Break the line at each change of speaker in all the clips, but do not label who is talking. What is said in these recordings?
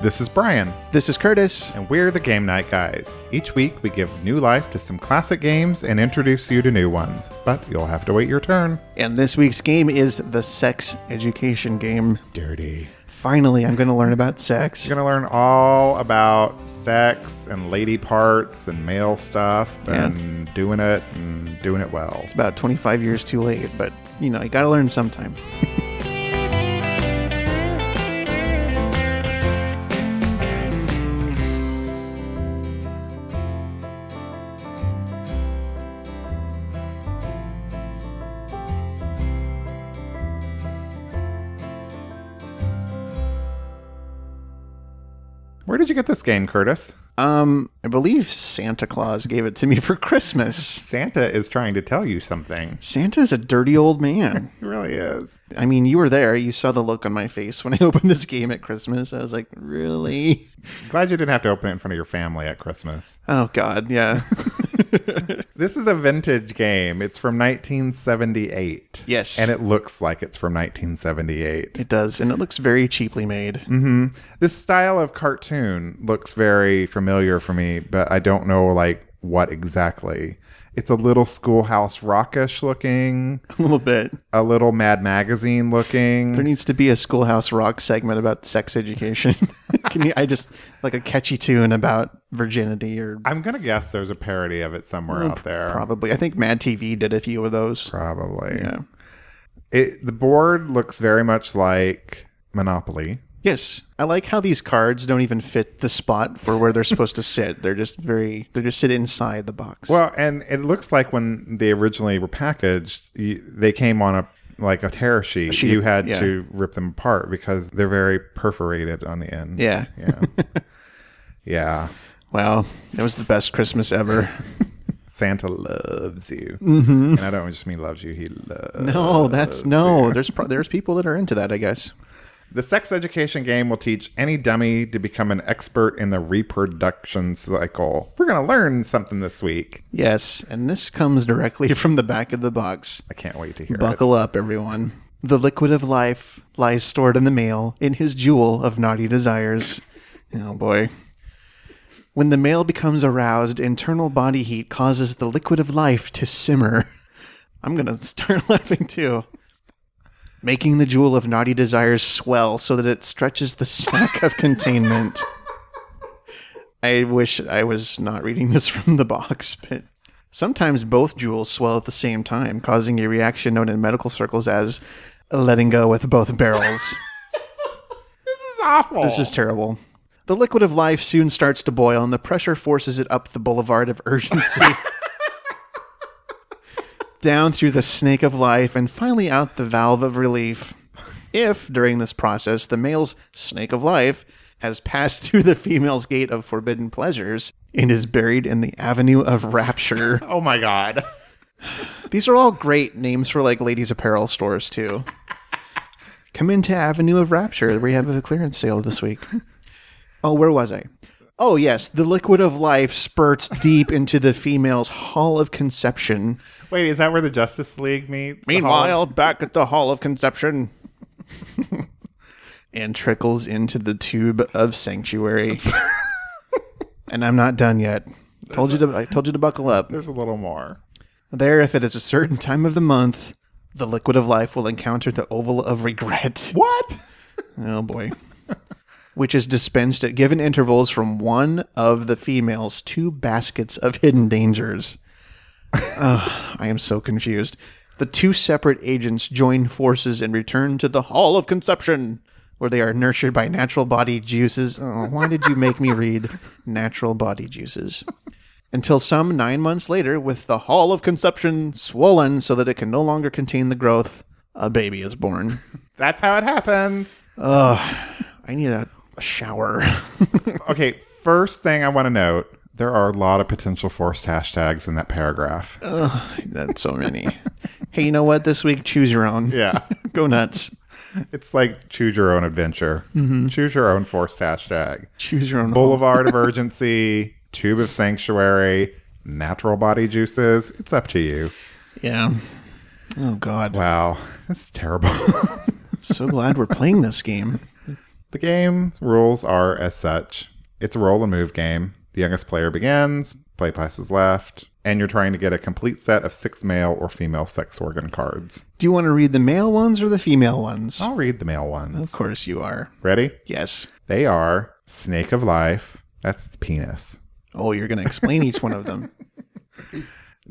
This is Brian,
This is Curtis.
and we're the Game Night Guys. Each week, we give new life to some classic games and introduce you to new ones, but you'll have to wait your turn.
And this week's game is the sex education game.
Dirty.
Finally, I'm going to learn about sex.
You're going to learn all about sex and lady parts and male stuff
Yeah.
and doing it and doing it well.
It's about 25 years too late, but you know, you got to learn sometime.
Where did you get this game, Curtis?
Um, I believe Santa Claus gave it to me for Christmas.
Santa is trying to tell you something.
Santa's a dirty old man.
He really is.
I mean, you were there. You saw the look on my face when I opened this game at Christmas. I was like, really?
Glad you didn't have to open it in front of your family at Christmas.
Oh, God. Yeah.
This is a vintage game. It's from 1978.
Yes.
And it looks like it's from 1978.
it does. And it looks very cheaply made.
Mm-hmm. This style of cartoon looks very familiar for me, but I don't know like what exactly. It's a little schoolhouse rockish looking,
A little bit.
a little Mad Magazine
There
looking.
needs to be a Schoolhouse Rock segment about sex education. Can you? I just like a catchy tune about virginity or
I'm going to guess there's a parody of it somewhere out there.
probably. I think Mad TV did a few of those.
Probably.
Yeah.
It, the board looks very much like Monopoly.
Yes, I like how these cards don't even fit the spot for where they're supposed to sit. They're just very. They just sit inside the box.
Well, and it looks like when they originally were packaged, you, they came on a like a tear sheet.
sheet,
you had
yeah.
to rip them apart because they're very perforated on the end.
yeah.
Yeah. yeah.
Wow, it was the best Christmas ever.
Santa loves you. Mm-hmm. And I don't just mean loves you, he loves
No, that's no. There's pro- there's people that are into that. I guess.
The sex education game will teach any dummy to become an expert in the reproduction cycle. We're going to learn something this week.
Yes, and this comes directly from the back of the box.
I can't wait to hear it.
Buckle up, everyone. The liquid of life lies stored in the male in his jewel of naughty desires. Oh boy. When the male becomes aroused, internal body heat causes the liquid of life to simmer. I'm going to start laughing too. Making the jewel of naughty desires swell so that it stretches the sack of containment. I wish I was not reading this from the box, but sometimes both jewels swell at the same time, causing a reaction known in medical circles as letting go with both barrels.
This is awful.
this is terrible. The liquid of life soon starts to boil, and the pressure forces it up the boulevard of urgency. down through the snake of life and finally out the valve of relief. If, during this process, the male's snake of life has passed through the female's gate of forbidden pleasures and is buried in the avenue of rapture.
oh my God.
These are all great names for like ladies' apparel stores too. Come into Avenue of Rapture. We have a clearance sale this week. Oh, where was I? Oh yes, the liquid of life spurts deep into the female's hall of conception.
Wait, is that where the Justice League meets? The Hall-
Meanwhile, back at the hall of conception. and trickles into the tube of sanctuary. and I'm not done yet. Told you to I told you to buckle up.
there's a little more.
There, if it is a certain time of the month, the liquid of life will encounter the oval of regret.
What?
Oh boy. Which is dispensed at given intervals from one of the female's two baskets of hidden dangers. Ugh, I am so confused. The two separate agents join forces and return to the Hall of Conception, where they are nurtured by natural body juices. Oh, why did you make me read natural body juices? Until some nine months later, with the Hall of Conception swollen so that it can no longer contain the growth, a baby is born.
That's how it happens.
I need a, a shower.
Okay, first thing I want to note there are a lot of potential forced hashtags in that paragraph.
That's so many. hey, you know what? This week, choose your own.
Yeah.
Go nuts.
It's like choose your own adventure, choose your own forced hashtag.
Choose your own.
Boulevard of Urgency, Tube of Sanctuary, Natural Body Juices. It's up to you.
Yeah. Oh, God.
Wow, this is terrible.
so glad we're playing this game.
The game rules are as such it's a roll and move game. The youngest player begins, play passes left, and you're trying to get a complete set of six male or female sex organ cards.
Do you want to read the male ones or the female ones?
I'll read the male ones.
Of course you are.
Ready?
Yes.
They are Snake of Life, that's the penis.
Oh, you're going to explain each one of them.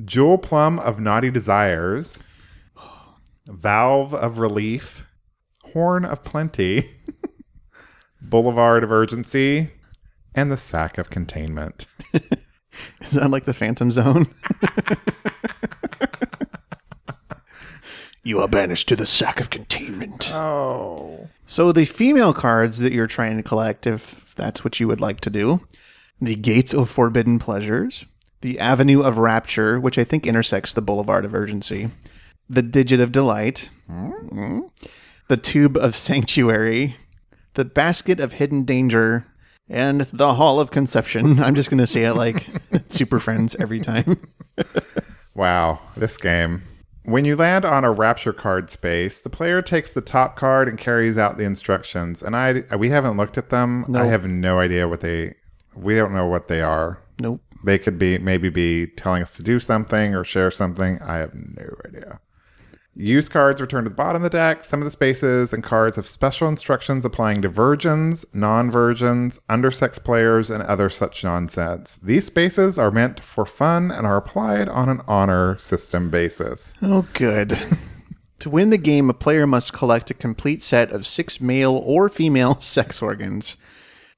Jewel Plum of Naughty Desires, Valve of Relief, Horn of Plenty, Boulevard of Urgency, and the Sack of Containment.
Is that like the Phantom Zone? you are banished to the sack of containment.
Oh.
So the female cards that you're trying to collect, if that's what you would like to do, the Gates of Forbidden Pleasures, the Avenue of Rapture, which I think intersects the Boulevard of Urgency, the Digit of Delight, mm, the Tube of Sanctuary, the Basket of Hidden Danger, and the Hall of Conception. I'm just going to say it like Super Friends every time.
Wow, this game. When you land on a rapture card space, the player takes the top card and carries out the instructions. And I we haven't looked at them. I have no idea what they we don't know what they are.
Nope.
They could be maybe be telling us to do something or share something. I have no idea. Use cards returned to the bottom of the deck. Some of the spaces and cards have special instructions applying to virgins, non virgins, undersex players, and other such nonsense. These spaces are meant for fun and are applied on an honor system basis.
Oh, good. to win the game, a player must collect a complete set of six male or female sex organs.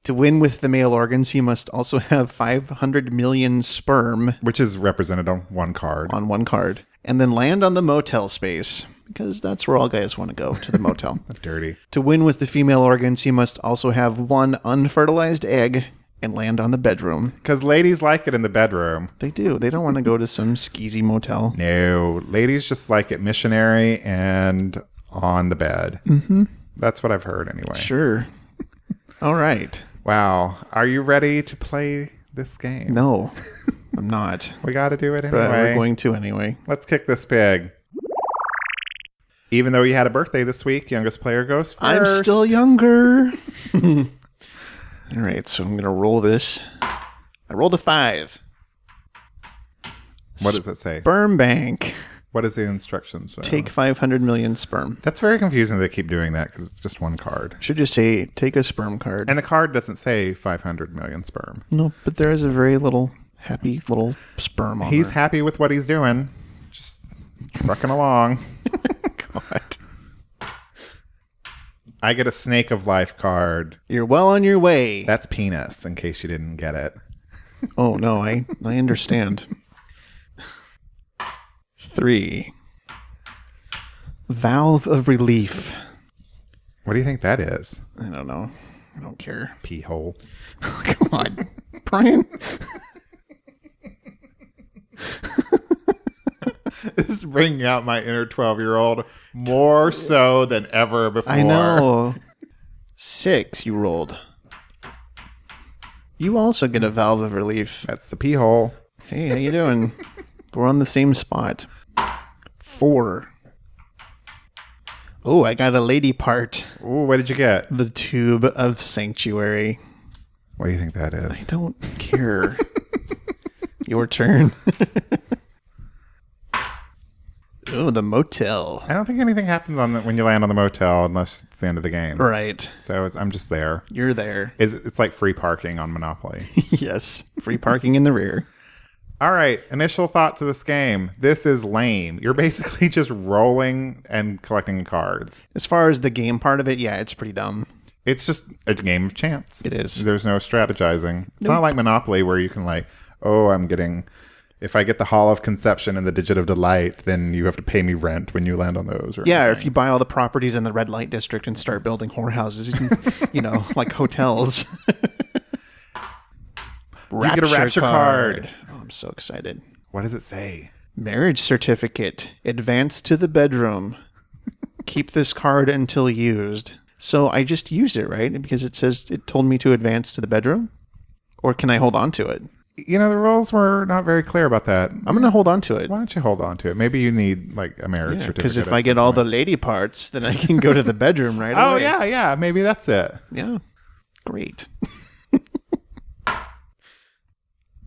To win with the male organs, he must also have 500 million sperm
Which is represented on one card.
on one card, and then land on the motel space, because that's where all guys want to go to the motel.
Dirty.
to win with the female organs, he must also have one unfertilized egg and land on the bedroom.
Because ladies like it in the bedroom.
They do. They don't want to go to some skeezy motel.
No, ladies just like it missionary and on the bed. Mm-hmm. That's what I've heard anyway.
Sure. All right.
Wow. Are you ready to play this game?
No, I'm not.
We got to do it
But
anyway.
we're going to anyway.
Let's kick this pig. Even though you had a birthday this week, youngest player goes first.
I'm still younger. All right, so I'm gonna roll this. I rolled a five.
What does it say?
Sperm bank.
What is the instructions? say?
Take 500 million sperm.
That's very confusing. They keep doing that because it's just one card,
Should just say take a sperm card.
and the card doesn't say 500 million sperm.
no, but there is a very little happy little sperm on
He's
there.
happy with what he's doing, just trucking along.
God.
I get a snake of life card.
You're well on your way.
That's penis. In case you didn't get it,
oh no, I I understand. Three. Valve of relief.
what do you think that is?
I don't know. I don't care.
Pee hole.
Come on, Brian.
This is bringing out my inner 12 year old more so than ever before.
I know. Six, you rolled. You also get a valve of relief.
That's the pee hole.
Hey, how you doing? We're on the same spot. Four. Oh, I got a lady part.
Ooh, what did you get?
The tube of sanctuary.
What do you think that is?
Don't care. Your turn. oh, the motel.
I don't think anything happens on the, when you land on the motel unless it's the end of the game.
Right.
So it's, I'm just there.
You're there.
It's, it's like free parking on Monopoly.
yes. Free parking in the rear.
All right, initial thoughts of this game. This is lame. You're basically just rolling and collecting cards.
As far as the game part of it, yeah, it's pretty dumb.
It's just a game of chance.
It is.
There's no strategizing. It's not like Monopoly where you can like, oh, I'm getting. If I get the Hall of Conception and the Digit of Delight, then you have to pay me rent when you land on those. Or
Yeah, or if you buy all the properties in the red light district and start building whorehouses, you, can- you know, like hotels.
You get a rapture card.
Oh, I'm so excited.
What does it say?
Marriage certificate. Advance to the bedroom. Keep this card until used. So I just used it, right? Because it says it told me to advance to the bedroom. Or can I hold on to it?
you know, the rules were not very clear about that.
I'm going to hold on to it.
Why don't you hold on to it? Maybe you need like a marriage certificate.
Because if
at
I get
some
all
point.
the lady parts, then I can go to the bedroom right
oh
away.
yeah, yeah, maybe that's it.
Yeah. Great.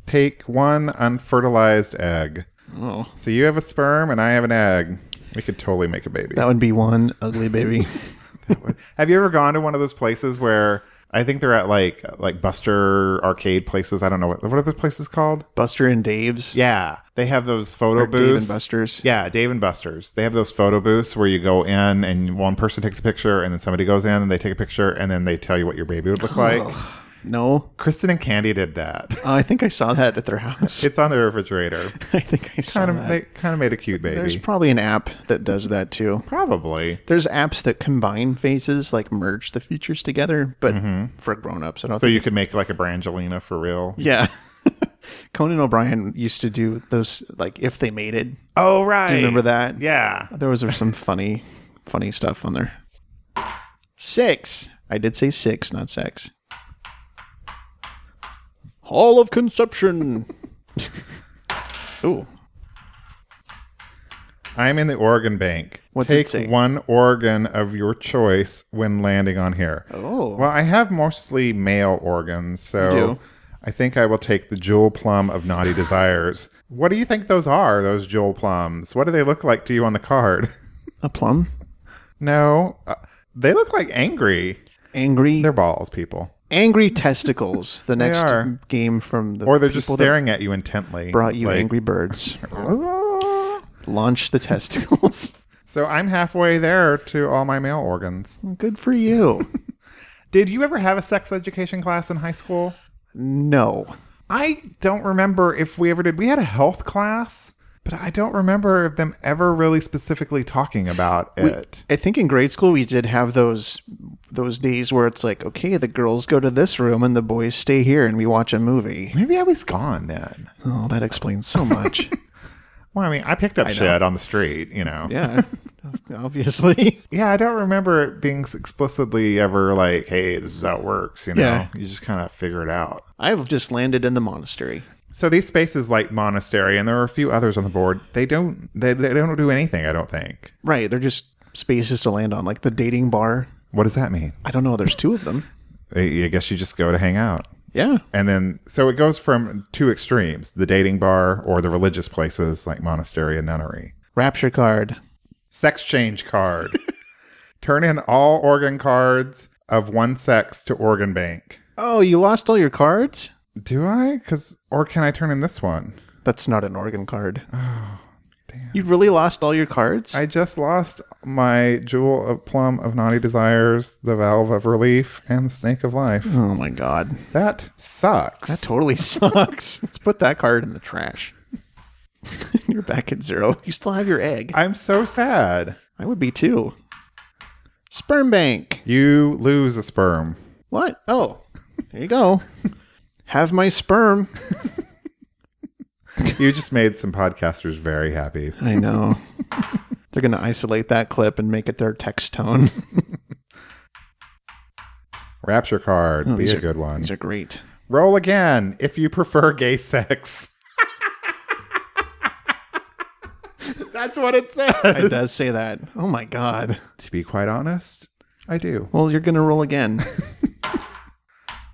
Take one unfertilized egg.
Oh.
So you have a sperm and I have an egg. We could totally make a baby.
That would be one ugly baby.
Have you ever gone to one of those places where I think they're at like like Buster arcade places? I don't know what what are those places called.
Buster and Dave's.
Yeah, they have those photo
Or
booths.
Dave and Buster's.
Yeah, Dave and Buster's. They have those photo booths where you go in and one person takes a picture and then somebody goes in and they take a picture and then they tell you what your baby would look like.
No.
Kristen and Candy did that.
Uh, I think I saw that at their house.
It's on the refrigerator.
I think I saw
kind of
that.
they kind of made a cute baby.
There's probably an app that does that too.
Probably.
There's apps that combine faces, like merge the features together, but for grown-ups, I don't
So
think.
you could make like a Brangelina for real.
Yeah. Conan O'Brien used to do those, like if they made it.
Oh right. Do
you remember that?
Yeah.
There was some funny, funny stuff on there. Six. I did say six, not sex. Hall of Conception. Ooh.
I'm in the Oregon Bank.
What's it
Take
say?
one organ of your choice when landing on here.
Oh.
Well, I have mostly male organs, so
do.
I think I will take the jewel plum of naughty desires. What do you think those are? Those jewel plums? What do they look like to you on the card?
A plum.
no, uh, they look like angry.
Angry.
They're balls, people,
angry testicles. The next
are.
game from the
or they're just
people that
staring at you intently.
brought you
like, "Ah."
Angry Birds. Launch the testicles.
So I'm halfway there to all my male organs.
Good for you.
Did you ever have a sex education class in high school?
no.
I don't remember if we ever did. We had a health class, but I don't remember of them ever really specifically talking about it.
I think in grade school we did have those those days where it's like, okay, the girls go to this room and the boys stay here and we watch a movie.
Maybe I was gone then.
Oh, that explains so much.
Well, I mean, I picked up shit on the street, you know.
yeah. Obviously.
Yeah, I don't remember it being explicitly ever like, "Hey, this is how it works," you know.
Yeah.
You just kind of figure it out.
I've just landed in the monastery.
So these spaces like monastery, and there are a few others on the board. They don't, they, they don't do anything. I don't think.
Right, they're just spaces to land on, like the dating bar.
What does that mean?
I don't know, there's two of them.
I I guess you just go to hang out.
Yeah.
And then, so it goes from two extremes the dating bar or the religious places like monastery and nunnery.
Rapture card.
Sex change card. Turn in all organ cards of one sex to organ bank.
Oh, you lost all your cards?
Do I? Because, or can I turn in this one?
That's not an organ card. Oh, damn. You really lost all your cards?
I just lost my jewel of plum of naughty desires, the valve of relief, and the snake of life.
oh my god.
That sucks.
That totally sucks. Let's put that card in the trash. You're back at zero. You still have your egg.
I'm so sad.
I would be too. Sperm bank.
You lose a sperm.
What? Oh, there you go. have my sperm.
You just made some podcasters very happy.
I know. They're going to isolate that clip and make it their text tone.
Rapture card. be
Oh, these
a
are-
good one.
These are great.
Roll again if you prefer gay sex. That's what it says.
It does say that. Oh my God.
To be quite honest, I do.
Well, you're going to roll again.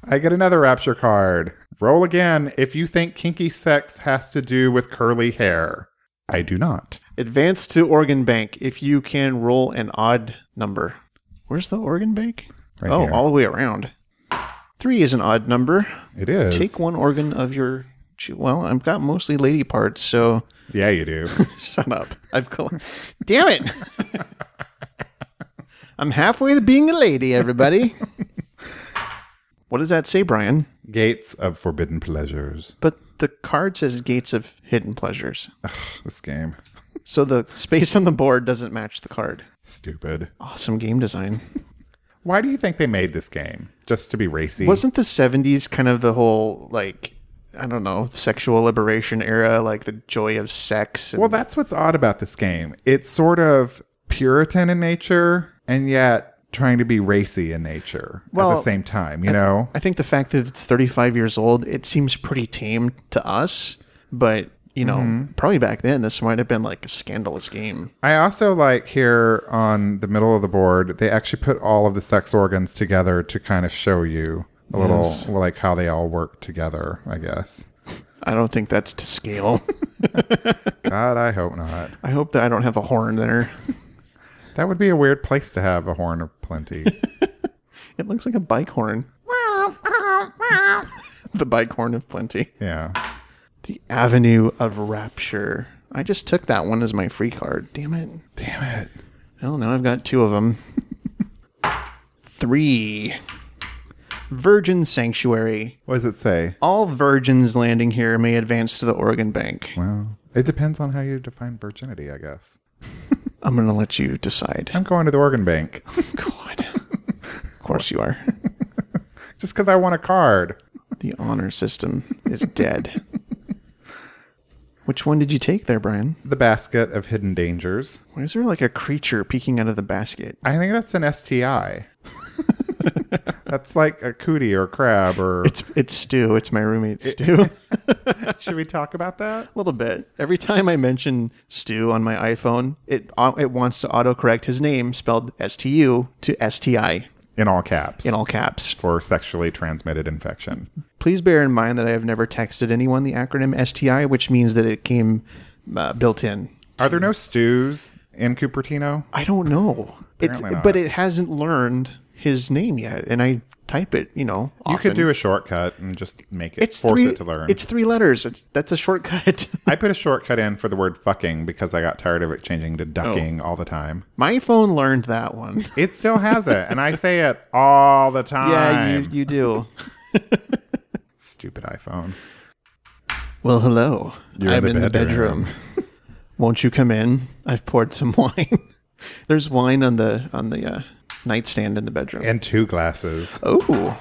I get another rapture card. Roll again if you think kinky sex has to do with curly hair. I do not.
Advance to organ bank if you can roll an odd number. Where's the organ bank?
Right
oh,
here.
all the way around. Three is an odd number.
It is.
Take one organ of your. cho- Well, I've got mostly lady parts, so
Yeah, you do.
shut up. I've co- Damn it! I'm halfway to being a lady, everybody. what does that say, Brian?
Gates of forbidden pleasures.
But the card says gates of hidden pleasures.
This game.
So the space on the board doesn't match the card.
Stupid.
Awesome game design.
Why do you think they made this game? Just to be racy?
Wasn't the seventies kind of the whole like I don't know sexual liberation era, like the joy of sex? And
Well, that's what's odd about this game. It's sort of Puritan in nature, and yet trying to be racy in nature at
Well,
the same time, you know?
I think the fact that it's 35 years old, it seems pretty tame to us, but you know,
Mm-hmm.
probably back then this might have been like a scandalous game.
I also like here on the middle of the board, they actually put all of the sex organs together to kind of show you a little like how they all work together, I guess.
I don't think that's to scale.
God, I hope not.
I hope that I don't have a horn there.
That would be a weird place to have a horn of plenty.
It looks like a bike horn. The bike horn of plenty.
yeah.
The Avenue of Rapture. I just took that one as my free card. Damn it.
Damn it.
Well, now I've got two of them. Three. Virgin Sanctuary.
What does it say?
All virgins landing here may advance to the Oregon Bank.
Well, it depends on how you define virginity, I guess.
I'm going to let you decide.
I'm going to the organ bank
God. of course you are.
just because I want a card.
The honor system is dead. Which one did you take there, Brian?
The basket of hidden dangers.
Why is there like a creature peeking out of the basket?
I think that's an STI. that's like a cootie or crab or.
It's it's Stu. It's my roommate Stu. a
Should we talk about that?
little bit. Every time I mention Stu on my iPhone, it it wants to autocorrect his name spelled S T U to S T I
In all caps.
in all caps.
for sexually transmitted infection.
Please bear in mind that I have never texted anyone the acronym STI, which means that it came uh, built in.
Are there no stews in Cupertino?
I don't know. It's,
Apparently not.
but it hasn't learned his name yet, and I type it. You know,
You
often.
could do a shortcut and just make it
It's
force
three,
it to learn.
It's three letters. It's that's a shortcut.
I put a shortcut in for the word fucking because I got tired of it changing to
Oh.
ducking all the time.
my phone learned that one.
It still has it, and I say it all the time.
Yeah, you, you do.
Stupid iPhone.
Well, hello.
You're
I'm
in
in
the
the
bedroom.
bedroom. Won't you come in? I've poured some wine. There's wine on the on the uh, nightstand in the bedroom.
And two glasses.
oh,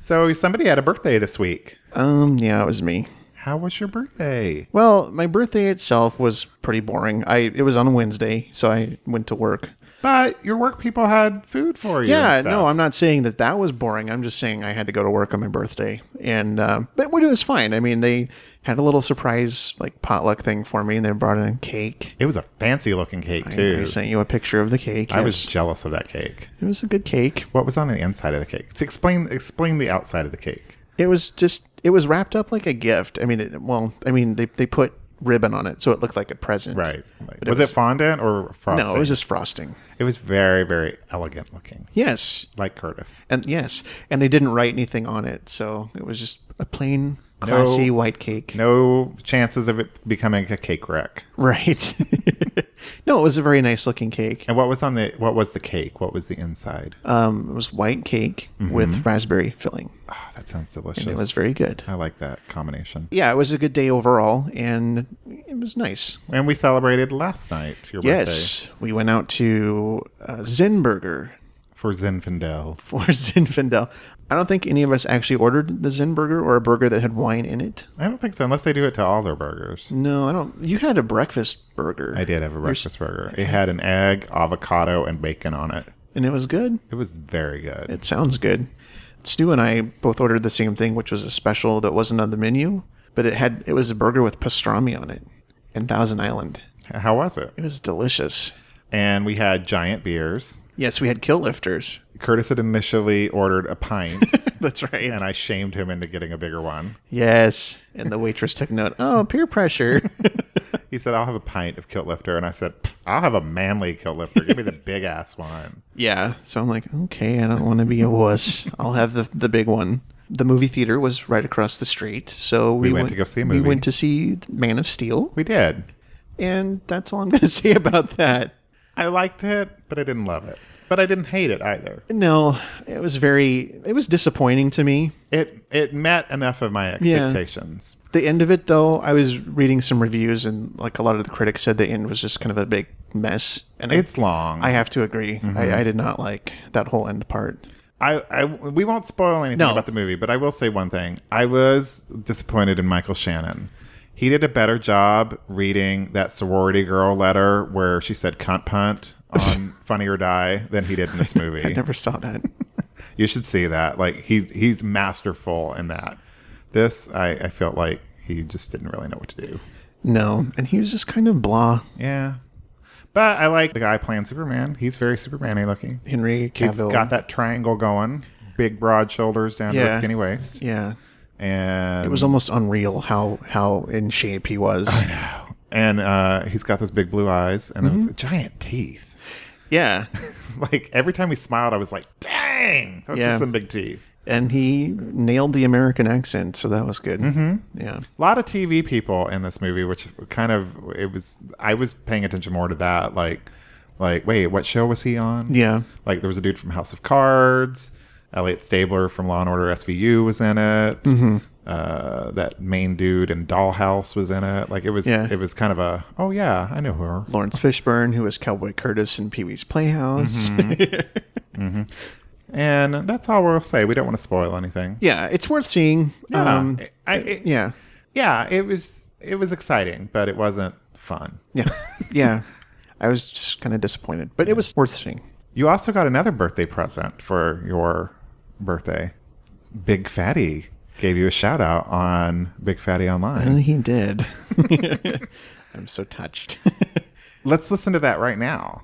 So somebody had a birthday this week.
um, yeah, it was me.
How was your birthday?
Well, my birthday itself was pretty boring. I it was on Wednesday, so I went to work.
But your work people had food for you.
Yeah,
and stuff.
no, I'm not saying that that was boring. I'm just saying I had to go to work on my birthday, and uh, but it was fine. I mean, they had a little surprise like potluck thing for me, and they brought in cake.
It was a fancy looking cake
I
too.
sent you a picture of the cake.
I
Yes.
was jealous of that cake.
It was a good cake.
What was on the inside of the cake? To explain explain the outside of the cake.
It was just. It was wrapped up like a gift. I mean, it, well, I mean, they they put ribbon on it, so it looked like a present.
Right. Like,
But
was
it was-
it fondant or frosting?
No, it was just frosting.
It was very very elegant looking,
Yes,
like Curtis.
and yes, and they didn't write anything on it, so it was just a plain, classy
No.
white cake.
No chances of it becoming a cake wreck.
Right. no, it was a very nice looking cake.
And what was on the what was the cake? What was the inside?
Um, it was white cake
Mm-hmm.
with raspberry filling.
Ah, that sounds delicious.
It was very good.
I like that combination.
Yeah, it was a good day overall, and it was nice.
And we celebrated last night your birthday
Yes, we went out to uh, Zinburger
for Zinfandel.
for Zinfandel. I don't think any of us actually ordered the Zinburger or a burger that had wine in it.
I don't think so, unless they do it to all their burgers.
No, I don't. You had a breakfast burger.
I did have a breakfast burger. It had an egg, avocado, and bacon on it.
and it was good.
It was very good.
It sounds good. Stu and I both ordered the same thing, which was a special that wasn't on the menu, but it had it was a burger with pastrami on it and Thousand Island.
How was it?
It was delicious.
And we had giant beers.
Yes, we had kill lifters.
Curtis had initially ordered a pint,
That's right.
and I shamed him into getting a bigger one.
yes, and the waitress took note. Oh, peer pressure.
He said, I'll have a pint of kilt lifter. And I said, "Pfft, I'll have a manly kilt lifter. Give me the big ass one.
yeah. So I'm like, okay, I don't want to be a wuss. I'll have the the big one. The movie theater was right across the street, so we,
went to go see a
We
movie.
went to see Man of Steel,
We did.
and that's all I'm going to say about that.
I liked it, but I didn't love it. But I didn't hate it either.
No, it was very it was disappointing to me.
It it met enough of my expectations.
The end of it though, I was reading some reviews and like a lot of the critics said the end was just kind of a big mess. And
It's Mm-hmm. long.
I, I have to agree. I, I did not like that whole end part.
I, I we won't spoil anything
No.
about the movie, but I will say one thing. I was disappointed in Michael Shannon. He did a better job reading that sorority girl letter where she said cunt punt on Funny or Die than he did in this
I
movie.
never saw that.
You should see that. Like he he's masterful in that. This I, I felt like he just didn't really know what to do.
no, and he was just kind of blah.
Yeah. But I like the guy playing Superman. He's very Superman-y looking.
Henry
He's
Cavill
got that triangle going. Big broad shoulders down to
Yeah.
a skinny waist.
Yeah,
And
it was almost unreal how how in shape he was.
and uh, he's got those big blue eyes and
Mm-hmm.
those giant teeth.
yeah,
Like every time he smiled, I was like, "Dang, those
Yeah.
are some big teeth."
and he nailed the American accent, so that was good. Mm-hmm. Yeah,
A lot of TV people in this movie, which kind of it was. I was paying attention more to that. Like, like wait, what show was he on?
yeah,
Like there was a dude from House of Cards. Elliot Stabler from Law and Order SVU was in it.
Mm-hmm.
Uh, that main dude in Dollhouse was in it. Like it was,
Yeah.
it was kind of a, oh yeah, I know her.
Lawrence Fishburne, who was Cowboy Curtis in Pee Wee's Playhouse.
And that's all we'll say. We don't want to spoil anything.
yeah, it's worth seeing.
Yeah,
Um,
I, it, yeah,
yeah,
It was it was exciting, but it wasn't fun.
yeah, yeah. I was just kind of disappointed, but it was worth seeing.
You also got another birthday present for your birthday. Big Fatty gave you a shout out on Big Fatty Online.
And he did. I'm so touched.
Let's listen to that right now.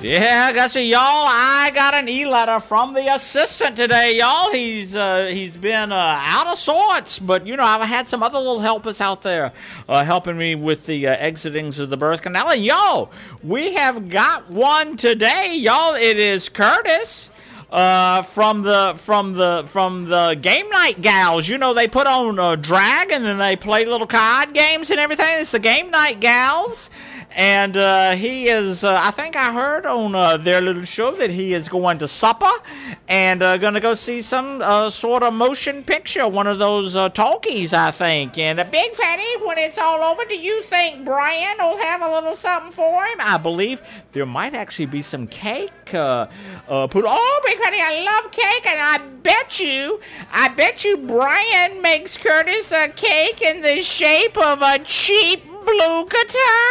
Yeah, Gussie, y'all, I got an e-letter from the assistant today, y'all. He's uh, he's been uh, out of sorts, but you know I've had some other little helpers out there uh, helping me with the uh, exitings of the birth canal. And y'all, we have got one today, y'all. It is Curtis uh, from the from the from the game night gals. You know they put on uh, drag and then they play little card games and everything. It's the game night gals, and uh, he is. Uh, I think I heard on uh, their little show that he is going to supper and uh, going to go see some uh, sort of motion picture, one of those uh, talkies, I think. And a big fatty. When it's all over, do you think Brian will have a little something for him? I believe there might actually be some cake uh, uh, put. Oh, Big Fatty, I love cake, and I bet you, I bet you Brian makes Curtis a cake in the shape of a cheap blue guitar.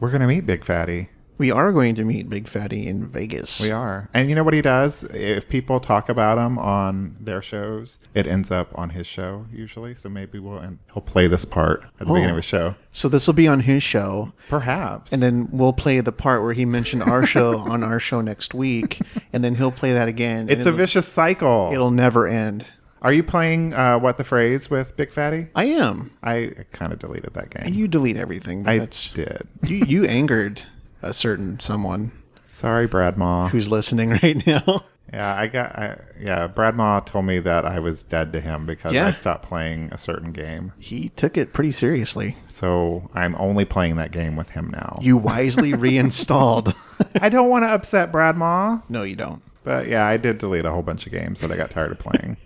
We're gonna meet Big Fatty.
we are going to meet Big Fatty in Vegas.
We are. And you know what he does? If people talk about him on their shows, it ends up on his show usually. So maybe we'll and he'll play this part at the beginning of his show.
So this will be on his show,
Perhaps.
Oh. and then we'll play the part where he mentioned our show on our show next week, and then he'll play that again. and
it's a
it'll-
vicious cycle.
It'll never end.
Are you playing uh, what the phrase with Big Fatty?
I am.
I kind of deleted that game.
You delete everything. But
I
that's
did.
you. You angered a certain someone
Sorry, Brad Ma.
who's listening right now.
Yeah, I got. I, yeah, Brad Ma told me that I was dead to him because
Yeah.
I stopped playing a certain game.
He took it pretty seriously.
So I'm only playing that game with him now.
You wisely reinstalled.
I don't want to upset Brad Ma,
no, you don't.
but yeah, I did delete a whole bunch of games that I got tired of playing.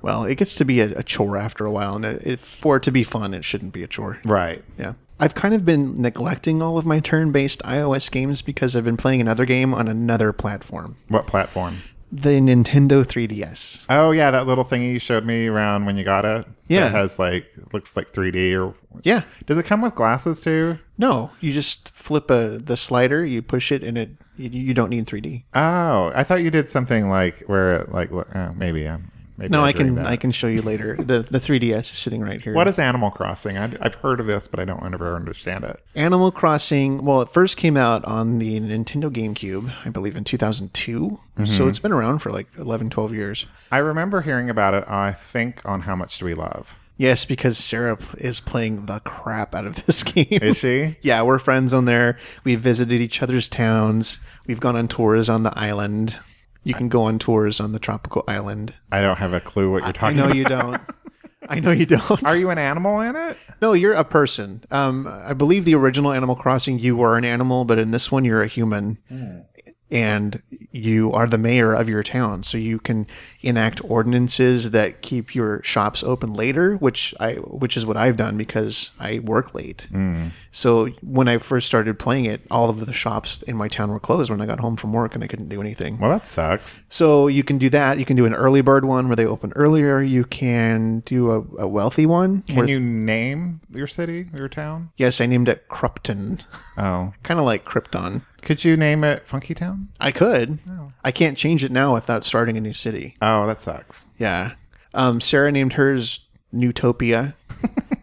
Well, it gets to be a, a chore after a while, and it, it, for it to be fun, it shouldn't be a chore.
right.
Yeah. I've kind of been neglecting all of my turn based iOS games because I've been playing another game on another platform
What platform?
the Nintendo 3DS.
Oh yeah, that little thingy you showed me around when you got it.
Yeah.
that has like looks like 3D or
Yeah.
Does it come with glasses too?
No, you just flip a, the slider, you push it, and it you, you don't need 3D.
Oh, I thought you did something like where it like look- oh, maybe I'm maybe
No,
I'm
I can
doing that.
I can show you later. The the 3DS is sitting right here.
What is Animal Crossing? I, I've heard of this, but I don't ever understand it.
Animal Crossing, well, it first came out on the Nintendo GameCube, I believe in 2002. So it's been around for like 11, 12 years.
I remember hearing about it. I think on How Much Do We Love?
Yes, because Sarah p- is playing the crap out of this game.
Is she?
Yeah, we're friends on there. We've visited each other's towns. We've gone on tours on the island. You can go on tours on the tropical island.
I don't have a clue what you're
I
talking
know
about.
you don't. I know you don't.
Are you an animal in it?
no, you're a person. Um, I believe the original Animal Crossing, you were an animal, but in this one, you're a human. and you are the mayor of your town. So you can enact ordinances that keep your shops open later, which I which is what I've done because I work late. So when I first started playing it, all of the shops in my town were closed when I got home from work and I couldn't do anything.
Well, that sucks.
So you can do that. You can do an early bird one where they open earlier. You can do a, a wealthy one.
Can you name your city, your town?
yes, I named it Crupton,
Oh,
kind of like Krypton.
could you name it Funky Town?
I could. I can't change it now without starting a new city.
Oh, that sucks.
Yeah. Um, Sarah named hers Newtopia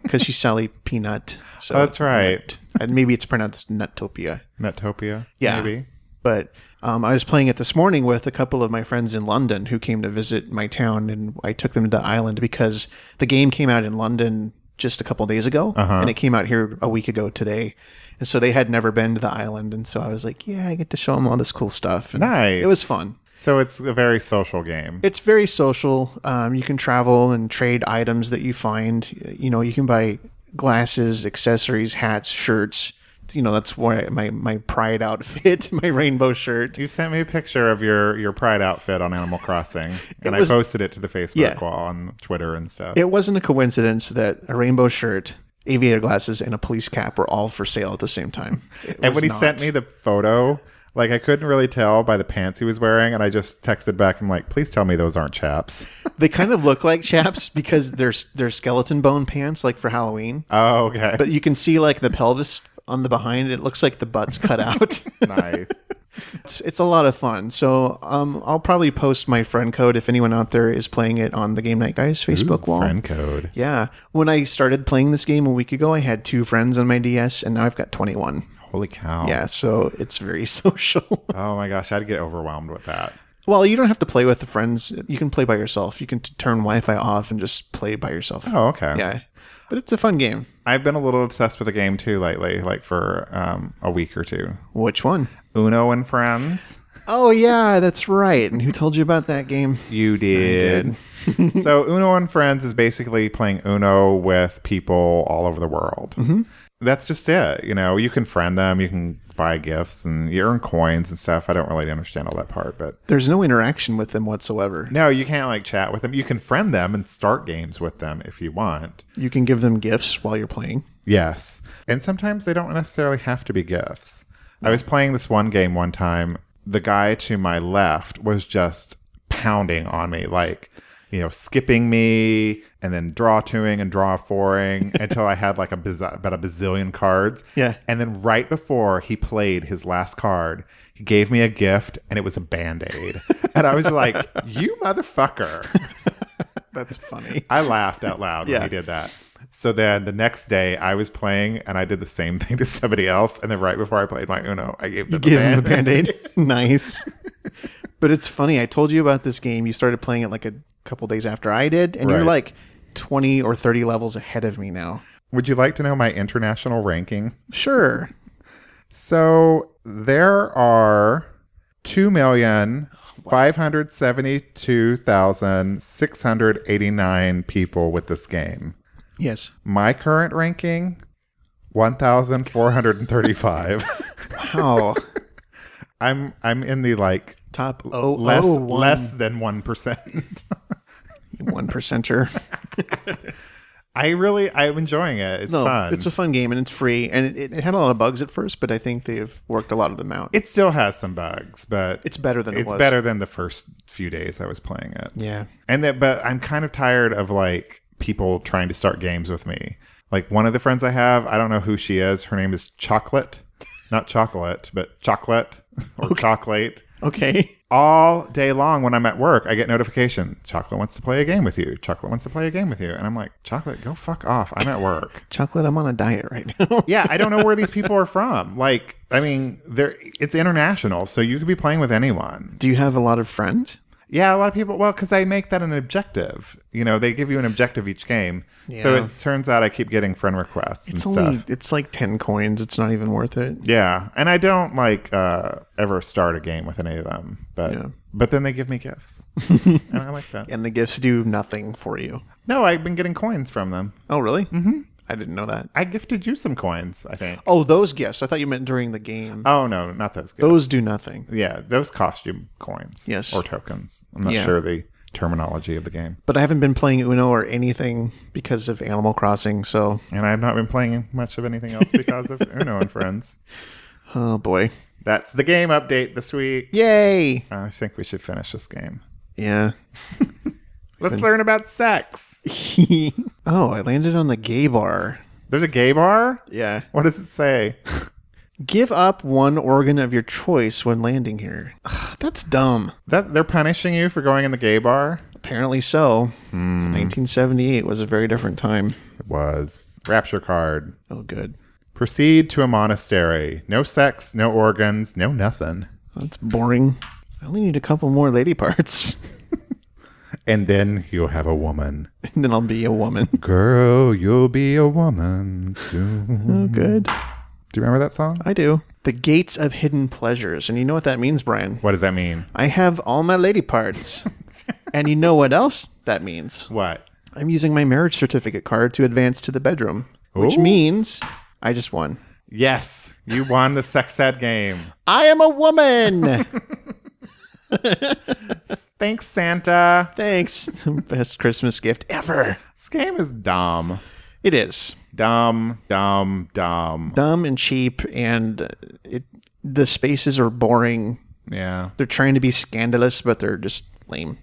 because she's Sally Peanut. So
Oh, that's right.
and maybe it's pronounced Nutopia.
Metopia.
Yeah.
Maybe.
But um, I was playing it this morning with a couple of my friends in London who came to visit my town, and I took them to the island because the game came out in London just a couple days ago, and it came out here a week ago today. And so they had never been to the island, and so I was like, "Yeah, I get to show them all this cool stuff." And
Nice.
It was fun.
So it's a very social game.
It's very social. Um, you can travel and trade items that you find. You know, you can buy glasses, accessories, hats, shirts. You know, that's why my my pride outfit, my rainbow shirt.
you sent me a picture of your your pride outfit on Animal Crossing, and
was-
I posted it to the Facebook
Yeah.
wall on Twitter and stuff.
It wasn't a coincidence that a rainbow shirt, aviator glasses, and a police cap were all for sale at the same time. It
and
was
when he
not.
sent me the photo, like I couldn't really tell by the pants he was wearing, and I just texted back. I'm like, please tell me those aren't chaps.
they kind of look like chaps because they're they're skeleton bone pants, like for Halloween.
oh, okay.
But you can see like the pelvis on the behind; it looks like the butt's cut out.
nice.
it's, it's a lot of fun. So um, I'll probably post my friend code if anyone out there is playing it on the Game Night Guys Facebook wall.
Friend code.
Yeah, when I started playing this game a week ago, I had two friends on my DS, and now I've got twenty one.
Holy cow.
Yeah, so it's very social.
Oh my gosh, I'd get overwhelmed with that.
Well, you don't have to play with the friends. You can play by yourself. You can t- turn Wi-Fi off and just play by yourself.
Oh, okay.
yeah, but it's a fun game.
I've been a little obsessed with the game too lately, like for um, a week or two.
Which one?
Uno and friends.
Oh yeah, that's right. And who told you about that game?
You did. so Uno and Friends is basically playing Uno with people all over the world. Mm-hmm. That's just it. You know, you can friend them, you can buy gifts, and you earn coins and stuff. I don't really understand all that part, but
There's no interaction with them whatsoever.
no, you can't like chat with them. You can friend them and start games with them if you want.
You can give them gifts while you're playing.
Yes. And sometimes they don't necessarily have to be gifts. I was playing this one game one time. The guy to my left was just pounding on me, like, you know, skipping me and then draw twoing and draw fouring until I had like a biz- about a bazillion cards.
Yeah.
And then right before he played his last card, he gave me a gift and it was a band aid. and I was like, you motherfucker.
That's funny.
I laughed out loud
Yeah.
when he did that. So then the next day I was playing and I did the same thing to somebody else. And then right before I played my Uno, I gave them,
Give
a
him the
band.
band-aid. nice. But it's funny. I told you about this game. You started playing it like a couple days after I did, and you're
Right.
like 20 or 30 levels ahead of me now.
Would you like to know my international ranking?
Sure.
So there are 2,572,689 people with this game.
Yes.
My current ranking, 1,435.
Oh,
I'm I'm in the like
top oh
less
oh, one-
less than 1%.
one percenter.
I really, I'm enjoying it. It's
No,
fun.
it's a fun game and it's free. And it, it had a lot of bugs at first, but I think they've worked a lot of them out.
it still has some bugs, but
it's better than it
it's
was.
better than the first few days I was playing it.
Yeah.
And that, but I'm kind of tired of like people trying to start games with me. Like one of the friends I have, I don't know who she is. Her name is Chocolate, not chocolate, but chocolate or chocolate.
Okay.
all day long when I'm at work, I get notification. Chocolate wants to play a game with you. Chocolate wants to play a game with you. And I'm like, Chocolate, go fuck off. I'm at work.
Chocolate, I'm on a diet right now.
yeah, I don't know where these people are from. Like, I mean, they're it's international, so you could be playing with anyone.
Do you have a lot of friends?
Yeah, a lot of people. Well, because I make that an objective. You know, they give you an objective each game. So
Yeah.
it turns out I keep getting friend requests
It's
and
only
stuff.
it's like ten coins. It's not even worth it.
Yeah, and I don't like uh, ever start a game with any of them, but
Yeah.
but then they give me gifts, and I like that.
And the gifts do nothing for you.
No, I've been getting coins from them.
Oh really? Mm-hmm. I didn't know that.
I gifted you some coins, I think.
Oh, those gifts. I thought you meant during the game.
Oh, no, not those. Gifts.
those do nothing.
Yeah, those costume coins.
Yes.
Or tokens. I'm not
Yeah.
sure the terminology of the game.
But I haven't been playing Uno or anything because of Animal Crossing. So,
And I've not been playing much of anything else because of Uno and Friends.
oh boy,
That's the game update this week.
yay!
I think we should finish this game.
Yeah.
Let's learn about sex.
oh, I landed on the gay bar.
There's a gay bar?
Yeah.
What does it say?
Give up one organ of your choice when landing here. Ugh, that's dumb.
That they're punishing you for going in the gay bar?
Apparently so. Hmm. 1978 was a very different time.
It was. Rapture card.
Oh, good.
Proceed to a monastery. No sex, no organs, no nothing.
That's boring. I only need a couple more lady parts,
And then you'll have a woman.
and then I'll be a woman.
Girl, you'll be a woman soon.
Oh, good.
Do you remember that song?
I do. The gates of hidden pleasures, and you know what that means, Brian.
What does that mean?
I have all my lady parts, and you know what else that means.
What?
I'm using my marriage certificate card to advance to the bedroom, which
Ooh.
means I just won.
Yes, you won the sex ed game.
I am a woman.
Thanks, Santa.
Thanks. Best Christmas gift ever.
This game is dumb.
It is
Dumb, dumb, dumb.
dumb and cheap, and uh, it the spaces are boring.
Yeah.
They're trying to be scandalous, but they're just lame.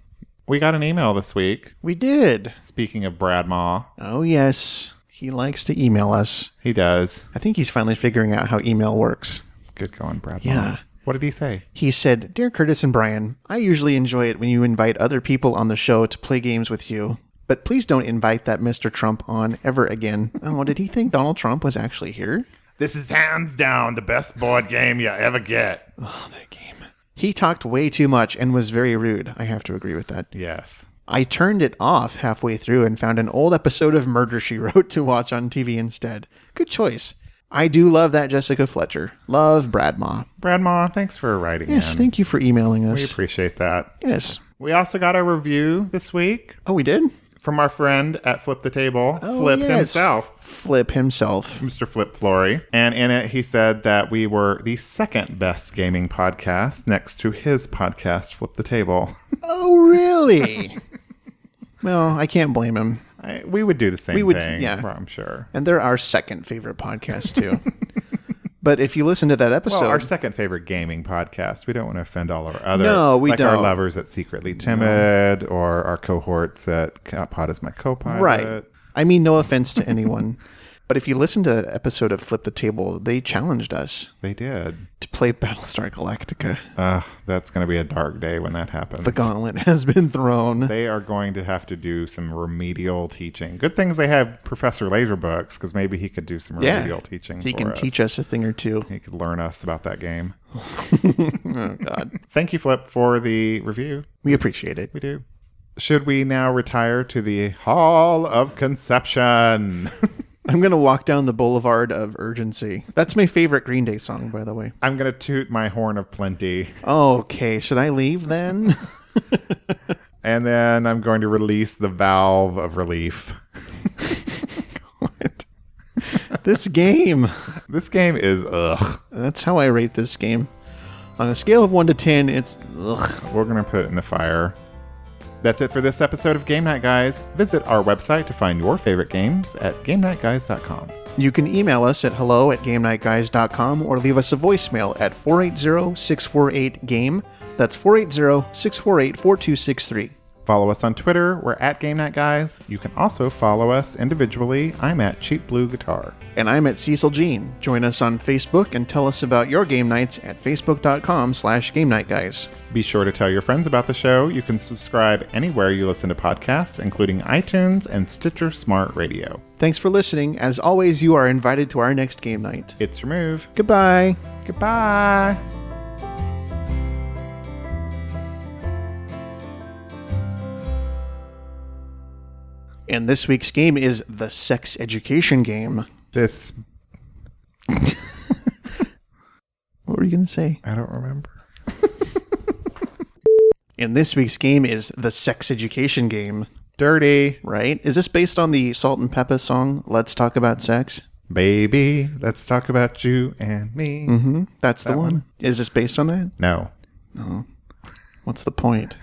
We got an email this week.
We did.
Speaking of Brad Ma,
Oh yes, he likes to email us.
he does.
I think he's finally figuring out how email works.
Good going, Brad Ma.
Yeah.
What did he say?
He said, Dear Curtis and Brian, I usually enjoy it when you invite other people on the show to play games with you, but please don't invite that Mr. Trump on ever again. oh, did he think Donald Trump was actually here?
This is hands down the best board game you ever get.
That game. He talked way too much and was very rude. I have to agree with that.
Yes.
I turned it off halfway through and found an old episode of Murder She Wrote to watch on TV instead. Good choice. I do love that Jessica Fletcher. Love Brad Ma.
Brad Ma, thanks for writing
Yes,
in.
thank you for emailing
we
us.
appreciate that.
Yes.
We also got a review this week
Oh, we did?
from our friend at Flip the Table,
Oh,
Flip
yes.
himself,
Flip himself.
Mr. Flip Flory. And in it, he said that we were the second best gaming podcast next to his podcast, Flip the Table.
Oh, really? well, I can't blame him.
I, we would do the same
would-
thing,
yeah.
I'm sure.
And they're our second favorite podcast, too. but if you listen to that episode,
Well, our second favorite gaming podcast. We don't want to offend all our other,
No, we
like our
don't.
lovers at Secretly Timid or our cohorts at Cat Pod is my co-pilot.
right. I mean, no offense to anyone. But if you listen to that episode of Flip the Table, they challenged us
They did.
to play Battlestar Galactica.
Uh, that's going to be a dark day when that happens.
The gauntlet has been thrown.
they are going to have to do some remedial teaching. Good things they have Professor Laserbooks because maybe he could do some remedial teaching.
He
for
can
us.
teach us a thing or two.
He could learn us about that game.
Oh, God.
Thank you, Flip, for the review.
We appreciate it.
We do. Should we now retire to the Hall of Conception?
I'm going to walk down the boulevard of urgency. That's my favorite Green Day song, by the way.
I'm going to toot my horn of plenty.
Okay, should I leave then?
And then I'm going to release the valve of relief.
this game.
This game is ugh.
That's how I rate this game. On a scale of 1 to 10, it's ugh.
We're going to put it in the fire. That's it for this episode of Game Night Guys. Visit our website to find your favorite games at GameNightGuys.com.
You can email us at hello at gamenightguys.com or leave us a voicemail at 480-648-GAME. E. That's 480-648-4263.
Follow us on Twitter. We're at Game Night Guys. You can also follow us individually. I'm at Cheap Blue Guitar.
And I'm at Cecil Jean. Join us on Facebook and tell us about your game nights at facebook.com slash game night guys.
Be sure to tell your friends about the show. You can subscribe anywhere you listen to podcasts, including iTunes and Stitcher Smart Radio.
Thanks for listening. As always, you are invited to our next game night.
It's your move.
Goodbye.
Goodbye.
And this week's game is the sex education game.
This,
What were you going to say?
I don't remember.
And this week's game is the sex education game.
Dirty,
right? Is this based on the Salt and Peppa song, Let's Talk About Sex?
baby, let's talk about you and me.
That's the one. Is this based on that?
No.
What's the point?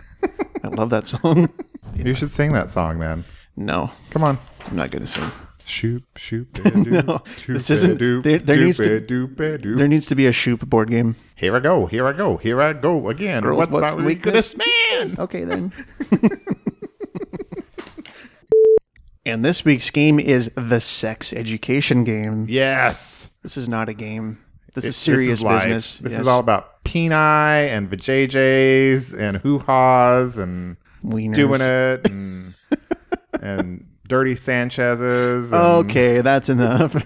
I love that song.
You should sing that song then.
No,
Come on.
I'm not going to sing.
Shoop, shoop, no,
this isn't- there- there needs to- There needs to be a Shoop board game.
Here I go, here I go, here I go again.
Girls,
what's,
what's
my weakness? man?
Okay, then. and this week's game is the sex education game.
Yes.
This is not a game. This
It-
is serious
live.
business.
This
Yes.
is all about peni and vajayjays and hoo ha's and
Wieners.
doing it and, and dirty Sanchez's. And
Okay, that's enough.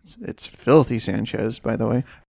it's, it's filthy Sanchez, by the way.